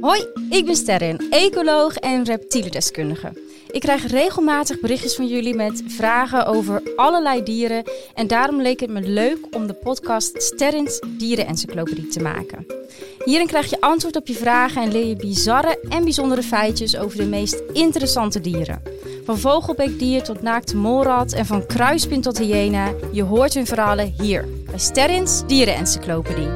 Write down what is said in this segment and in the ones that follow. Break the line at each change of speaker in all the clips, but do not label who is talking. Hoi, ik ben Sterren, ecoloog en reptielendeskundige. Ik krijg regelmatig berichtjes van jullie met vragen over allerlei dieren. En daarom leek het me leuk om de podcast Sterrens Dierenencyclopedie te maken. Hierin krijg je antwoord op je vragen en leer je bizarre en bijzondere feitjes over de meest interessante dieren. Van vogelbeekdier tot naakte molrat en van kruispin tot hyena. Je hoort hun verhalen hier bij Sterrens Dierenencyclopedie.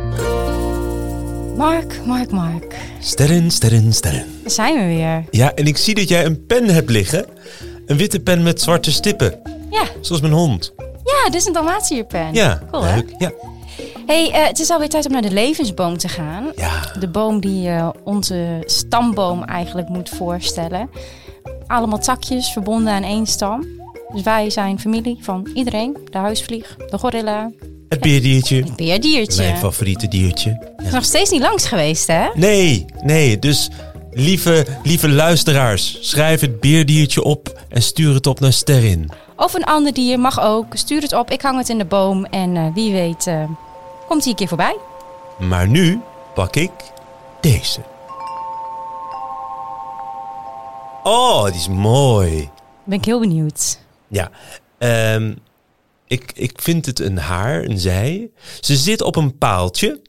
Mark, Mark, Mark.
Sterren, sterren, sterren.
Daar zijn we weer.
Ja, en ik zie dat jij een pen hebt liggen. Een witte pen met zwarte stippen.
Ja,
Zoals mijn hond.
ja, dit is een Dalmatierpen.
Ja,
Cool, hè?
leuk. Ja.
hey, eh, het is alweer tijd om naar de levensboom te gaan.
ja.
De boom die eh, onze stamboom eigenlijk moet voorstellen. Allemaal takjes verbonden aan één stam. Dus wij zijn familie van iedereen. De huisvlieg, de gorilla,
Het beerdiertje.
het beerdiertje.
Mijn favoriete diertje.
is nog steeds niet langs geweest, hè?
Nee, nee. Dus lieve, lieve luisteraars, schrijf het beerdiertje op en stuur het op naar Sterrin.
Of een ander dier, mag ook. Stuur het op, ik hang het in de boom. En eh, wie weet eh, komt hij een keer voorbij.
Maar nu pak ik deze. Oh, die is mooi.
Ben ik heel benieuwd.
Ja, ehm, ik, ik vind het een haar, een zij. Ze zit op een paaltje.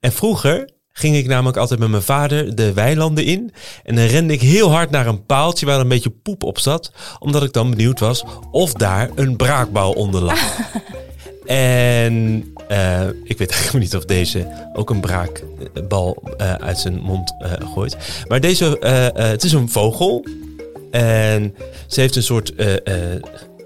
En vroeger ging ik namelijk altijd met mijn vader de weilanden in. En dan rende ik heel hard naar een paaltje waar een beetje poep op zat. Omdat ik dan benieuwd was of daar een braakbouw onder lag. en eh, ik weet eigenlijk niet of deze ook een braakbal eh, uit zijn mond eh, gooit. Maar deze, eh, eh, het is een vogel. En ze heeft een soort. eh, eh,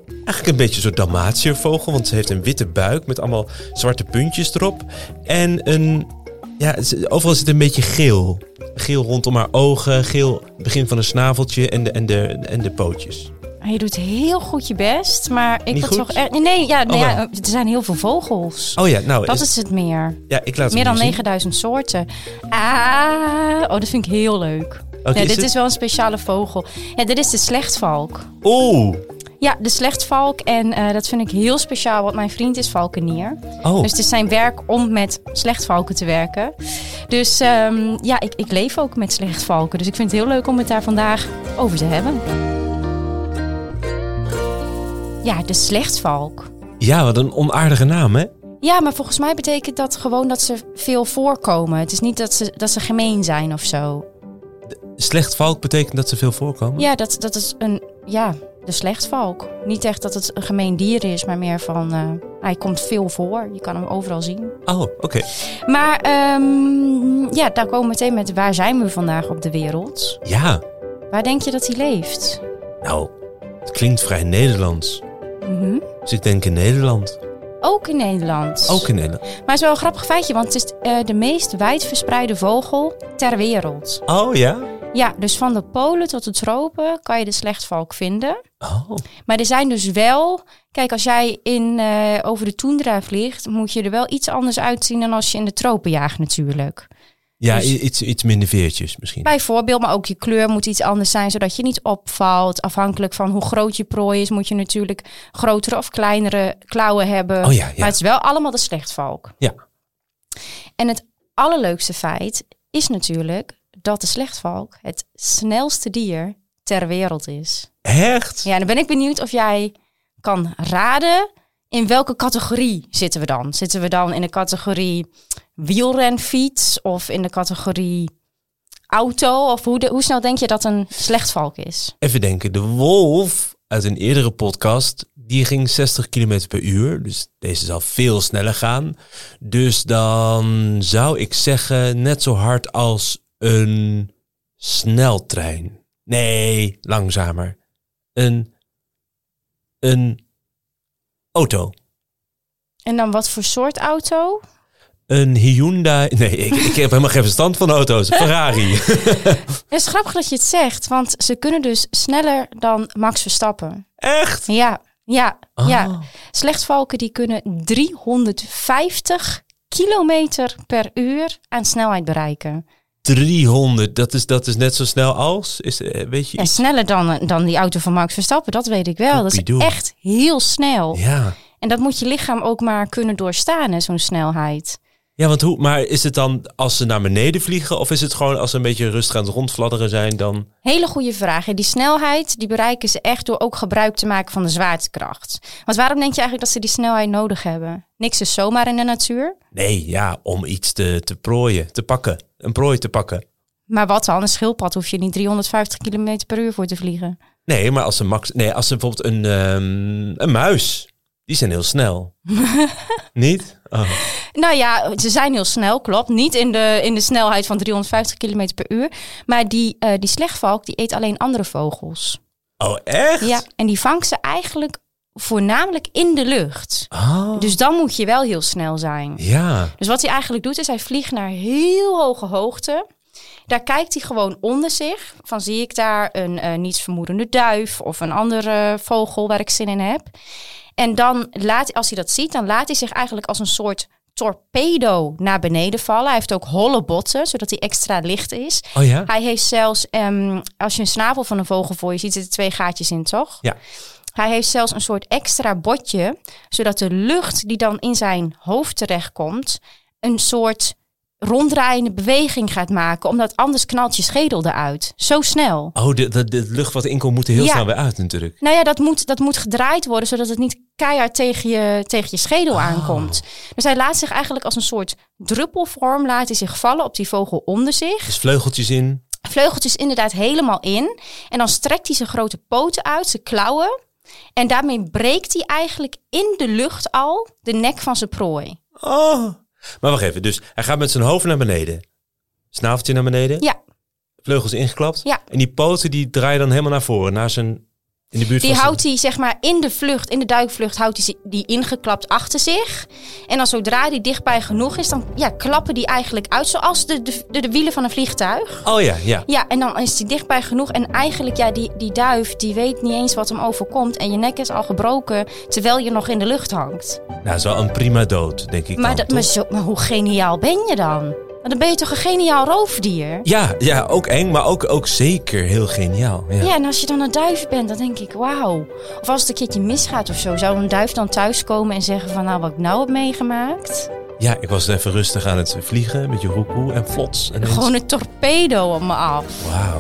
eigenlijk een beetje een soort Dalmatiervogel. Want ze heeft een witte buik met allemaal zwarte puntjes erop. En een. Ja, ze- overal zit een beetje geel. Geel rondom haar ogen, geel begin van een snaveltje en de, en de, en de pootjes.
Je doet heel goed je best, maar ik
Niet
had
goed?
toch echt... Nee, nee, ja, nou
Oh,
ja,
wel.
er zijn heel veel vogels.
Oh ja, nou,
dat
is-
is het meer.
ja, ik laat
Meer dan
het nu zien.
9000 soorten. Ah, oh, dat vind ik heel leuk.
Oké,
nee,
Oh, is
dit
het?
is wel een speciale vogel. Ja, dit is de slechtvalk.
Oeh!
Ja, de slechtvalk. En eh, dat vind ik heel speciaal, want mijn vriend is valkenier.
Oh,
Dus het is zijn werk om met slechtvalken te werken. Dus ehm, ja, ik, ik leef ook met slechtvalken. Dus ik vind het heel leuk om het daar vandaag over te hebben. Ja, de slechtvalk.
ja, wat een onaardige naam, hè?
Ja, maar volgens mij betekent dat gewoon dat ze veel voorkomen. Het is niet dat ze, dat ze gemeen zijn of zo.
Slecht valk betekent dat ze veel voorkomen.
Ja, dat, dat is een. Ja, de slechtvalk. Niet echt dat het een gemeen dier is, maar meer van. eh, hij komt veel voor. Je kan hem overal zien.
Oh, oké.
Maar ehm, ja, daar komen we meteen met waar zijn we vandaag op de wereld?
Ja,
Waar denk je dat hij leeft?
nou, het klinkt vrij Nederlands.
Mhm.
Dus ik denk in Nederland.
Ook in Nederland.
Ook in Nederland.
Maar het is wel een grappig feitje, want het is eh, de meest wijdverspreide vogel ter wereld.
Oh ja?
Ja, dus van de polen tot de tropen kan je de slechtvalk vinden.
Oh.
Maar er zijn dus wel. Kijk, als jij in, eh, over de toendra vliegt, moet je er wel iets anders uitzien dan als je in de tropen jaagt, natuurlijk.
Ja,
Dus-
i- iets, iets minder veertjes misschien.
Bijvoorbeeld, maar ook je kleur moet iets anders zijn, zodat je niet opvalt. Afhankelijk van hoe groot je prooi is, moet je natuurlijk grotere of kleinere klauwen hebben.
Oh ja,
Maar
ja.
het is wel allemaal de slechtvalk.
Ja.
En het allerleukste feit is natuurlijk dat de slechtvalk het snelste dier ter wereld is.
Echt?
Ja, dan ben ik benieuwd of jij kan raden in welke categorie zitten we dan? Zitten we dan in de categorie wielrenfiets of in de categorie auto? Of hoe, de- hoe snel denk je dat een slechtvalk is?
Even denken, de wolf uit een eerdere podcast, die ging 60 km per uur. Dus deze zal veel sneller gaan. Dus dan zou ik zeggen net zo hard als een sneltrein. Nee, langzamer. Een, een auto.
En dan wat voor soort auto?
Een Hyundai. Nee, ik, ik heb helemaal geen verstand van auto's. Ferrari.
Het is grappig dat je het zegt, want ze kunnen dus sneller dan Max Verstappen.
Echt?
Ja, ja, ja.
Oh.
Slechtvalken die kunnen 350 kilometer per uur aan snelheid bereiken.
300, dat is, dat is net zo snel als? Is, eh, weet je?
Ja,
iets?
sneller dan, dan die auto van Max Verstappen, dat weet ik wel. Dat is
Hoppiedoe.
echt heel snel.
Ja,
En dat moet je lichaam ook maar kunnen doorstaan, hè, zo'n snelheid.
Ja, want hoe, maar is het dan als ze naar beneden vliegen of is het gewoon als ze een beetje rustig aan het rondfladderen zijn dan?
Hele goede vraag. En die snelheid die bereiken ze echt door ook gebruik te maken van de zwaartekracht. Want waarom denk je eigenlijk dat ze die snelheid nodig hebben? Niks is zomaar in de natuur.
Nee, ja, om iets te, te prooien, te pakken. Een prooi te pakken.
Maar wat dan? Een schildpad hoef je niet 350 km per uur voor te vliegen.
Nee, maar als ze, max, nee, als ze bijvoorbeeld een, ehm, een muis, die zijn heel snel. Niet? Oh.
Nou ja, ze zijn heel snel, klopt. Niet in de, in de snelheid van 350 km per uur. Maar die, eh, die slechtvalk die eet alleen andere vogels.
oh, echt?
Ja, en die vangt ze eigenlijk voornamelijk in de lucht.
Oh,
Dus dan moet je wel heel snel zijn.
ja.
Dus wat hij eigenlijk doet, is hij vliegt naar heel hoge hoogte. Daar kijkt hij gewoon onder zich. Van zie ik daar een eh, nietsvermoedende duif of een andere vogel waar ik zin in heb. En dan laat, als hij dat ziet, dan laat hij zich eigenlijk als een soort torpedo naar beneden vallen. Hij heeft ook holle botten, zodat hij extra licht is.
Oh ja?
Hij heeft zelfs, ehm, als je een snavel van een vogel voor je ziet, zitten twee gaatjes in, toch?
Ja.
Hij heeft zelfs een soort extra botje, zodat de lucht die dan in zijn hoofd terechtkomt, een soort ronddraaiende beweging gaat maken, omdat anders knalt je schedel eruit. Zo snel.
Oh, de, de, de lucht wat inkomt moet er heel
Ja.
snel weer uit natuurlijk.
Nou ja, dat moet, dat moet gedraaid worden, zodat het niet keihard tegen je, tegen je schedel aankomt. Dus hij laat zich eigenlijk als een soort druppelvorm, laat hij zich vallen op die vogel onder zich.
Dus vleugeltjes in.
vleugeltjes inderdaad helemaal in. En dan strekt hij zijn grote poten uit, zijn klauwen. En daarmee breekt hij eigenlijk in de lucht al de nek van zijn prooi.
Oh. Maar wacht even, dus hij gaat met zijn hoofd naar beneden. Snaveltje naar beneden.
Ja,
Vleugels ingeklapt.
Ja.
En die poten die draaien dan helemaal naar voren, naar zijn... In de buurt
die
van
houdt hij zeg maar in de vlucht, in de duikvlucht, houdt hij zi- die ingeklapt achter zich. En dan zodra die dichtbij genoeg is, dan ja, klappen die eigenlijk uit, zoals de, de, de, de wielen van een vliegtuig.
zijn... Oh ja, ja.
Ja, en dan is die dichtbij genoeg. En eigenlijk, ja, die, die duif, die weet niet eens wat hem overkomt. En je nek is al gebroken, terwijl je nog in de lucht hangt.
Nou, dat is wel een prima dood, denk ik
Maar,
dan,
dat,
toch?
maar, zo, maar hoe geniaal ben je dan? Maar Dan ben je toch een geniaal roofdier?
Ja, ja, ook eng, maar ook, ook zeker heel geniaal. Ja.
Ja, en als je dan een duif bent, dan denk ik, wauw. Of als het een keertje misgaat of zo, zou een duif dan thuiskomen en zeggen van, nou, wat ik nou heb meegemaakt?
Ja, ik was even rustig aan het vliegen met je roepoe en plots. En
Gewoon een torpedo op me af.
Wauw.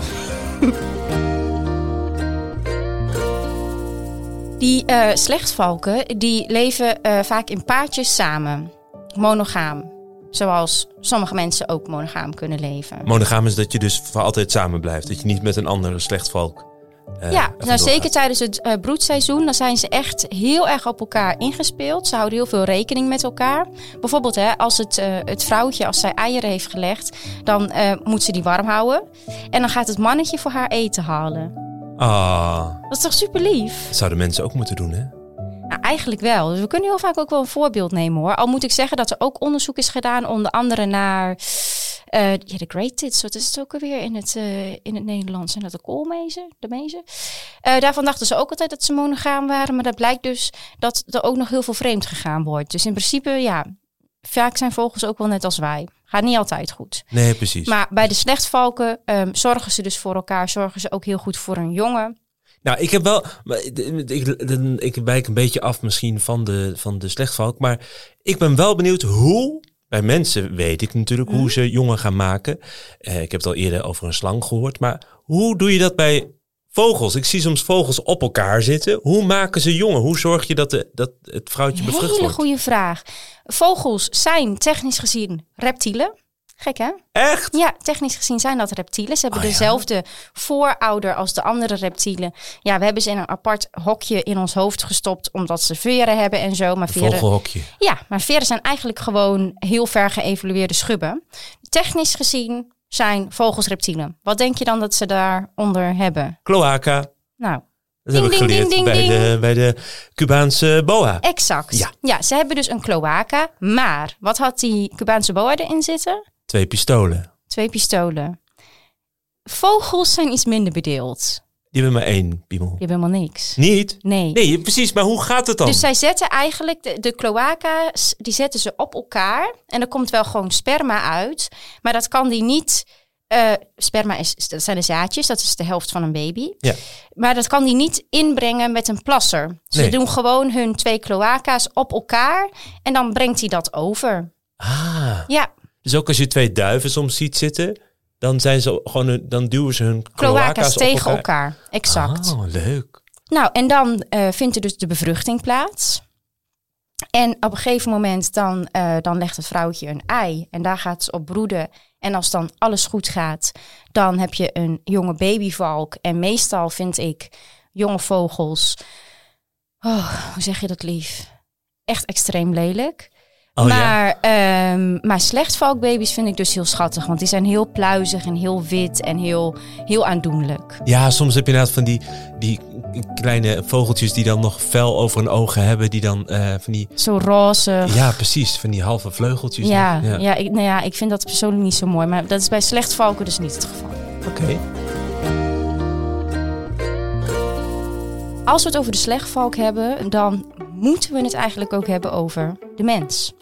Die eh slechtvalken, die leven eh, vaak in paardjes samen. Monogaam. Zoals sommige mensen ook monogaam kunnen leven.
Monogaam is dat je dus voor altijd samen blijft. Dat je niet met een andere slechtvalk... eh,
Ja,
even
nou, zeker
doorgaat.
tijdens het eh, broedseizoen, dan zijn ze echt heel erg op elkaar ingespeeld. Ze houden heel veel rekening met elkaar. Bijvoorbeeld, hè, als het, eh, het vrouwtje, als zij eieren heeft gelegd, dan eh, moet ze die warm houden. En dan gaat het mannetje voor haar eten halen.
Ah,
Dat is toch super lief?
dat zouden mensen ook moeten doen, hè?
Nou, eigenlijk wel. Dus we kunnen heel vaak ook wel een voorbeeld nemen hoor. Al moet ik zeggen dat er ook onderzoek is gedaan, onder andere naar. eh, ja, de Great Tits, wat is het ook alweer in het, eh, in het Nederlands? Zijn dat de koolmezen, de mezen? Eh, daarvan dachten ze ook altijd dat ze monogaam waren, maar dat blijkt dus dat er ook nog heel veel vreemd gegaan wordt. Dus in principe, ja, vaak zijn vogels ook wel net als wij. Gaat niet altijd goed.
Nee, precies.
Maar bij de slechtvalken ehm, zorgen ze dus voor elkaar, zorgen ze ook heel goed voor hun jongen.
Nou, ik heb wel. maar Ik, ik, ik wijk een beetje af misschien van de, van de slechtvalk. Maar ik ben wel benieuwd hoe. Bij mensen weet ik natuurlijk
Mhm.
hoe ze jongen gaan maken. Eh, ik heb het al eerder over een slang gehoord. Maar hoe doe je dat bij vogels? Ik zie soms vogels op elkaar zitten. Hoe maken ze jongen? Hoe zorg je dat, de, dat het vrouwtje bevrucht
Hele
wordt?
goede vraag. Vogels zijn technisch gezien reptielen. Gek hè?
Echt?
Ja, technisch gezien zijn dat reptielen. Ze hebben
Oh, ja.
dezelfde voorouder als de andere reptielen. Ja, we hebben ze in een apart hokje in ons hoofd gestopt omdat ze veren hebben en zo. Maar veren,
Vogelhokje.
ja, maar veren zijn eigenlijk gewoon heel ver geëvolueerde schubben. Technisch gezien zijn vogels reptielen. Wat denk je dan dat ze daaronder hebben?
Kloaka.
Nou,
Dat heb
Ding,
ik
ding,
geleerd
ding,
bij,
ding,
De, bij de Cubaanse boa.
exact.
Ja.
ze hebben dus een cloaca. Maar wat had die Cubaanse boa erin zitten?
Twee pistolen.
Twee pistolen. Vogels zijn iets minder bedeeld.
Die hebben maar één piemel.
Je hebt helemaal niks.
Niet?
Nee.
Nee, precies. Maar hoe gaat het dan?
Dus zij zetten eigenlijk de, de cloaca's, die zetten ze op elkaar. En er komt wel gewoon sperma uit. Maar dat kan die niet. eh, sperma is, dat zijn de zaadjes, dat is de helft van een baby.
Ja.
Maar dat kan die niet inbrengen met een plasser. Ze
Nee.
doen gewoon hun twee cloaca's op elkaar. En dan brengt hij dat over.
Ah.
Ja,
Dus ook als je twee duiven soms ziet zitten, dan, zijn ze gewoon hun- dan duwen ze hun
cloacas
cloacas op
tegen elkaar. Exact.
Oh, leuk.
Nou, en dan eh, vindt er dus de bevruchting plaats. En op een gegeven moment dan, eh, dan legt het vrouwtje een ei en daar gaat ze op broeden. En als dan alles goed gaat, dan heb je een jonge babyvalk. En meestal vind ik jonge vogels, oh, hoe zeg je dat lief, echt extreem lelijk.
Oh ja.
maar, ehm, maar slechtvalkbaby's vind ik dus heel schattig, want die zijn heel pluizig en heel wit en heel, heel aandoenlijk.
Ja, soms heb je inderdaad van die, die kleine vogeltjes die dan nog fel over hun ogen hebben. Die dan eh, van die,
Zo roze,
ja precies, van die halve vleugeltjes.
Ja,
ja.
ja. ik, nou ja, ik vind dat persoonlijk niet zo mooi. Maar dat is bij slechtvalken dus niet het geval.
Oké.
Als we het over de slechtvalk hebben, dan moeten we het eigenlijk ook hebben over de mens.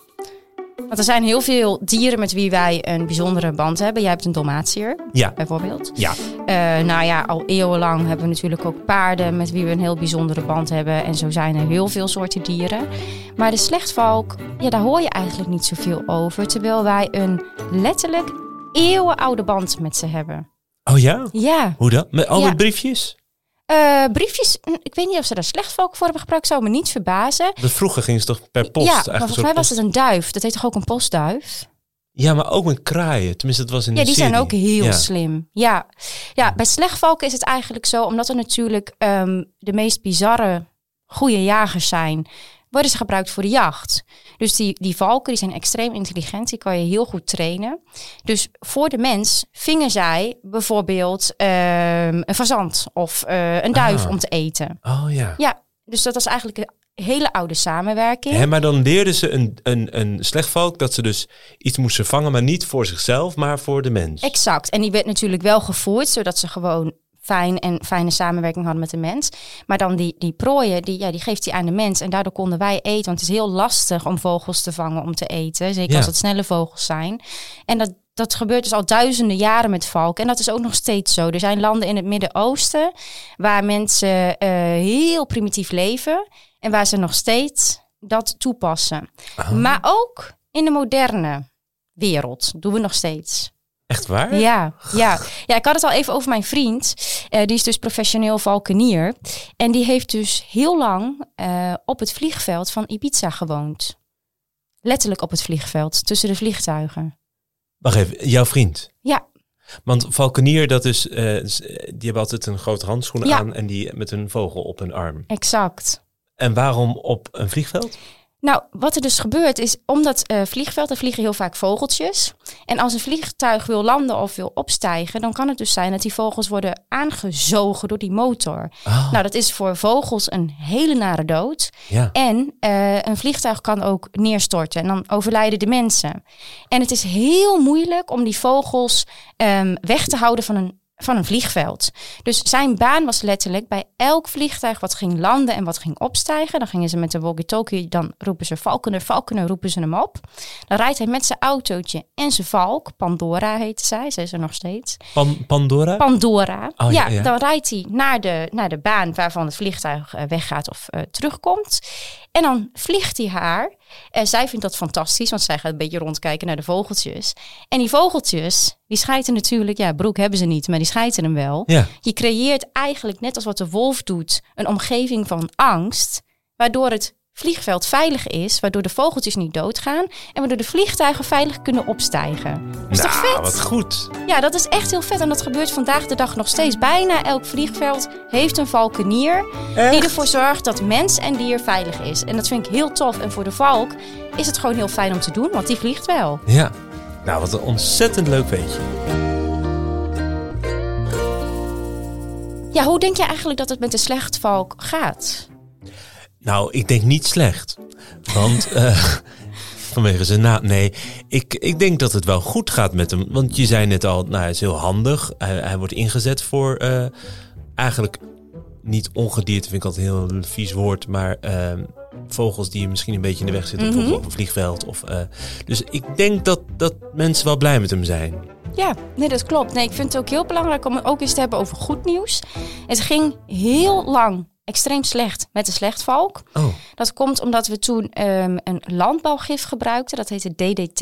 Want er zijn heel veel dieren met wie wij een bijzondere band hebben. Jij hebt een Dalmatier
Ja.
bijvoorbeeld.
Ja.
Eh, nou ja, al eeuwenlang hebben we natuurlijk ook paarden met wie we een heel bijzondere band hebben. En zo zijn er heel veel soorten dieren. Maar de slechtvalk, ja, daar hoor je eigenlijk niet zoveel over. Terwijl wij een letterlijk eeuwenoude band met ze hebben.
Oh ja?
Ja,
Hoe dan? Met al
Ja.
die briefjes?
Eh, briefjes, hm, ik weet niet of ze daar slechtvalk voor hebben gebruikt, zou me niet verbazen.
Dat vroeger ging ze toch per post?
ja, maar
eigenlijk
volgens
een
mij
soort
was het een duif. Dat heet toch ook een postduif?
Ja, maar ook met kraaien. Tenminste, dat was in
Ja,
de
die
serie.
zijn ook heel
Ja.
slim. Ja. ja, bij slechtvalken is het eigenlijk zo, omdat er natuurlijk ehm, de meest bizarre goede jagers zijn, worden ze gebruikt voor de jacht. Dus die, die valken die zijn extreem intelligent, die kan je heel goed trainen. Dus voor de mens vingen zij bijvoorbeeld ehm, een fazant of eh, een duif
Ah.
om te eten.
Oh ja.
Ja, dus dat was eigenlijk een hele oude samenwerking.
Hè, maar dan leerden ze een, een, een slechtvalk dat ze dus iets moesten vangen, maar niet voor zichzelf, maar voor de mens.
Exact. En die werd natuurlijk wel gevoerd, zodat ze gewoon fijn en fijne samenwerking hadden met de mens. Maar dan die, die prooien, die, ja, die geeft hij aan de mens. En daardoor konden wij eten. Want het is heel lastig om vogels te vangen om te eten. Zeker
Ja.
als het snelle vogels zijn. En dat, dat gebeurt dus al duizenden jaren met valken. En dat is ook nog steeds zo. Er zijn landen in het Midden-Oosten waar mensen eh, heel primitief leven. En waar ze nog steeds dat toepassen.
Ah,
Maar ook in de moderne wereld doen we nog steeds.
Echt waar?
Ja, ja. ja, ik had het al even over mijn vriend. Eh, die is dus professioneel valkenier. En die heeft dus heel lang eh, op het vliegveld van Ibiza gewoond. Letterlijk op het vliegveld, tussen de vliegtuigen.
Wacht even, jouw vriend.
Ja.
Want valkenier, dat is, eh, s- eh, die hebben altijd een grote handschoen
Ja.
aan en die met een vogel op hun arm.
Exact.
En waarom op een vliegveld?
Nou, wat er dus gebeurt is, omdat eh vliegveld, er vliegen heel vaak vogeltjes. En als een vliegtuig wil landen of wil opstijgen, dan kan het dus zijn dat die vogels worden aangezogen door die motor.
Oh,
Nou, dat is voor vogels een hele nare dood.
ja.
En eh, een vliegtuig kan ook neerstorten en dan overlijden de mensen. En het is heel moeilijk om die vogels ehm, weg te houden van een, van een vliegveld. Dus zijn baan was letterlijk bij elk vliegtuig wat ging landen en wat ging opstijgen. Dan gingen ze met de walkie-talkie, dan roepen ze Valkener, Valkener, roepen ze hem op. Dan rijdt hij met zijn autootje en zijn valk, Pandora heette zij, ze is er nog steeds.
Pan- Pandora?
Pandora.
Oh, ja,
ja,
ja.
dan rijdt hij naar de, naar de baan waarvan het vliegtuig eh, weggaat of eh, terugkomt. En dan vliegt hij haar. Eh, zij vindt dat fantastisch, want zij gaat een beetje rondkijken naar de vogeltjes. En die vogeltjes, die schijten natuurlijk, ja, broek hebben ze niet, maar die schijten hem wel.
ja.
Je creëert eigenlijk, net als wat de wolf doet, een omgeving van angst, waardoor het vliegveld veilig is, waardoor de vogeltjes niet doodgaan en waardoor de vliegtuigen veilig kunnen opstijgen. Dat is toch
Nou,
vet?
wat goed.
Ja, dat is echt heel vet. En dat gebeurt vandaag de dag nog steeds. Bijna elk vliegveld heeft een valkenier. Die ervoor zorgt dat mens en dier veilig is. En dat vind ik heel tof. En voor de valk is het gewoon heel fijn om te doen, want die vliegt wel.
Ja. Nou, wat een ontzettend leuk weetje.
Ja, hoe denk je eigenlijk dat het met de slechtvalk gaat?
Nou, ik denk niet slecht. Want eh, vanwege zijn naam. Nee, ik, ik denk dat het wel goed gaat met hem. Want je zei net al, nou, hij is heel handig. Hij, hij wordt ingezet voor eh, eigenlijk niet ongedierte, vind ik altijd een heel vies woord. Maar eh, vogels die je misschien een beetje in de weg zitten.
Mhm.
Bijvoorbeeld op een vliegveld. Of, eh, dus ik denk dat, dat mensen wel blij met hem zijn.
Ja, nee, dat klopt. Nee, ik vind het ook heel belangrijk om het ook eens te hebben over goed nieuws. Het ging heel lang extreem slecht met de slechtvalk.
Oh,
Dat komt omdat we toen ehm, een landbouwgif gebruikten, dat heette DDT.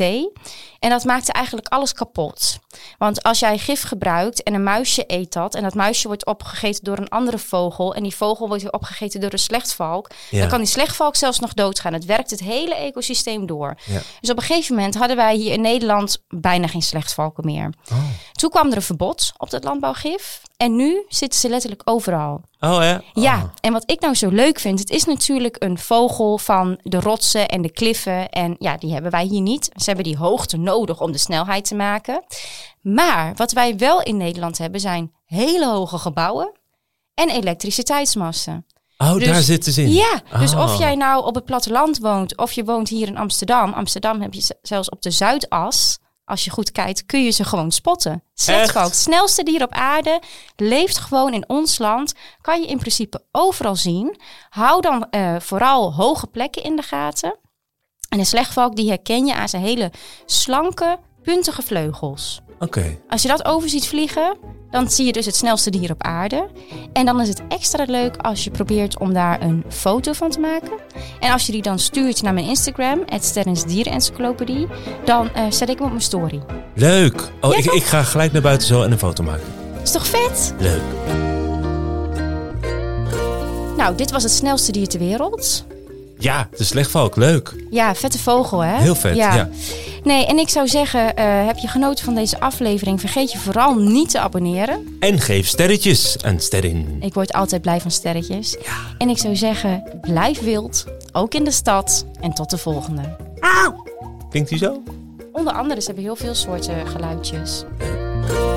En dat maakte eigenlijk alles kapot. Want als jij gif gebruikt en een muisje eet dat, en dat muisje wordt opgegeten door een andere vogel, en die vogel wordt weer opgegeten door een slechtvalk,
Ja.
dan kan die slechtvalk zelfs nog doodgaan. Het werkt het hele ecosysteem door.
Ja.
Dus op een gegeven moment hadden wij hier in Nederland bijna geen slechtvalken meer.
oh.
Toen kwam er een verbod op dat landbouwgif. En nu zitten ze letterlijk overal.
Oh ja?
Ja, en wat ik nou zo leuk vind, het is natuurlijk een vogel van de rotsen en de kliffen. En ja, die hebben wij hier niet. Ze hebben die hoogte nodig om de snelheid te maken. Maar wat wij wel in Nederland hebben, zijn hele hoge gebouwen en elektriciteitsmassen.
Oh,
Dus-
daar zitten ze in.
Ja, dus
Oh.
of jij nou op het platteland woont of je woont hier in Amsterdam. Amsterdam heb je z- zelfs op de Zuidas. Als je goed kijkt, kun je ze gewoon spotten. Slechtvalk, het snelste dier op aarde, leeft gewoon in ons land. Kan je in principe overal zien. Hou dan eh, vooral hoge plekken in de gaten. En een slechtvalk die herken je aan zijn hele slanke, puntige vleugels.
Oké.
Als je dat over ziet vliegen, dan zie je dus het snelste dier op aarde. En dan is het extra leuk als je probeert om daar een foto van te maken. En als je die dan stuurt naar mijn Instagram, het Sterrens Dierenencyclopedie, dan eh, zet ik hem op mijn story.
Leuk. Oh,
Ja,
ik,
toch?
ik ga gelijk naar buiten zo en een foto maken.
Is toch vet?
Leuk.
Nou, dit was het snelste dier ter wereld.
Ja, de slechtvalk. Leuk.
Ja, vette vogel, hè?
Heel vet. Ja.
Nee, en ik zou zeggen, eh, heb je genoten van deze aflevering? Vergeet je vooral niet te abonneren.
En geef sterretjes aan sterren.
Ik word altijd blij van sterretjes. En ik zou zeggen, blijf wild, ook in de stad. En tot de volgende.
Klinkt die zo?
Onder andere, ze hebben heel veel soorten geluidjes.
Leuk.